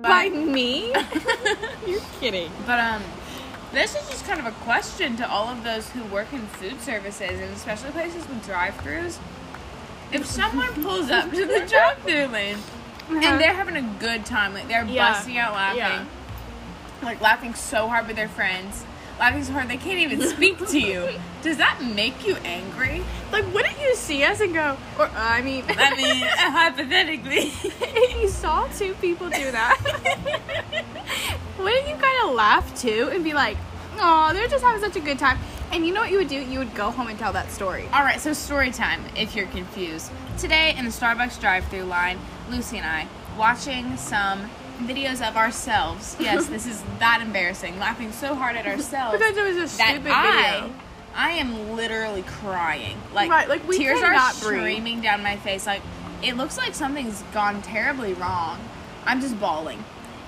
By me? You're kidding. But um, this is just kind of a question to all of those who work in food services and especially places with drive-throughs. If someone pulls up to the drive-through lane Uh-huh. and they're having a good time, like they're Yeah. busting out laughing, Yeah. like laughing so hard with their friends, laughing so hard they can't even speak to you. Does that make you angry? Like, wouldn't you see us and go, or, uh, I mean, I mean, hypothetically. if you saw two people do that, wouldn't you kind of laugh too and be like, oh, they're just having such a good time? And you know what you would do? You would go home and tell that story. All right, so story time. If you're confused, today in the Starbucks drive-through line, Lucy and I watching some videos of ourselves. Yes, this is that embarrassing. Laughing so hard at ourselves Because it was a that stupid I, video. I am literally crying. Like, Right, like, we tears are cannot breathe. streaming down my face. Like, it looks like something's gone terribly wrong. I'm just bawling.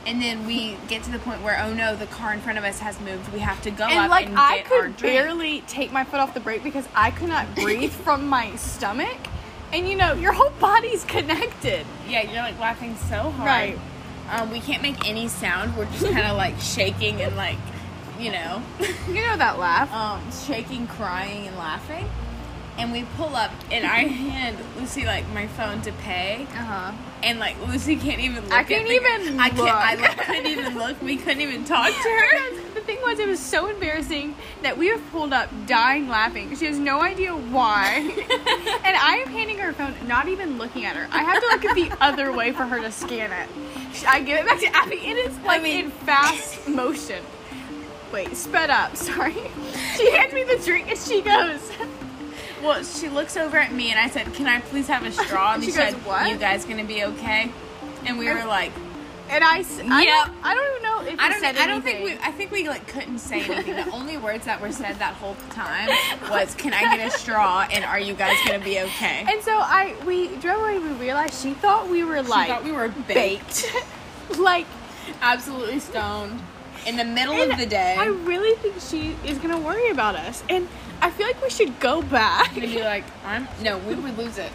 And then we get to the point where, oh no, the car in front of us has moved. We have to go up And like and I get our could drink. barely take my foot off the brake because I could not breathe from my stomach. And you know, your whole body's connected. Yeah, you're like laughing so hard. Right. Um, we can't make any sound. We're just kind of like shaking and like, you know, You know that laugh. um, shaking, crying, and laughing. And we pull up, and I hand Lucy like my phone to pay, Uh-huh. and like Lucy can't even. look I at can't the- even I can't. I look. like, couldn't even look. We couldn't even talk to her. The thing was, it was so embarrassing that we were pulled up dying laughing. She has no idea why. and I am handing her a phone, not even looking at her. I have to look at the other way for her to scan it. She- I give it back to Abby. It is like in fast motion. Wait, sped up, sorry. She hands me the drink and she goes, Well, she looks over at me, and I said, "Can I please have a straw?" And She she said, goes, "What?" "You guys gonna be okay?" And we were like, and I, s- I, Yep. don't, I don't even know if I you don't. said I don't think we. anything. I think we like couldn't say anything. the only words that were said that whole time was, "Can I get a straw?" and "Are you guys gonna be okay?" And so I, we drove away and we realized she thought we were she thought like, we were baked, like, absolutely stoned, in the middle of And the day. I really think she is gonna worry about us, and I feel like we should go back. and be like, "I'm no, we would lose it."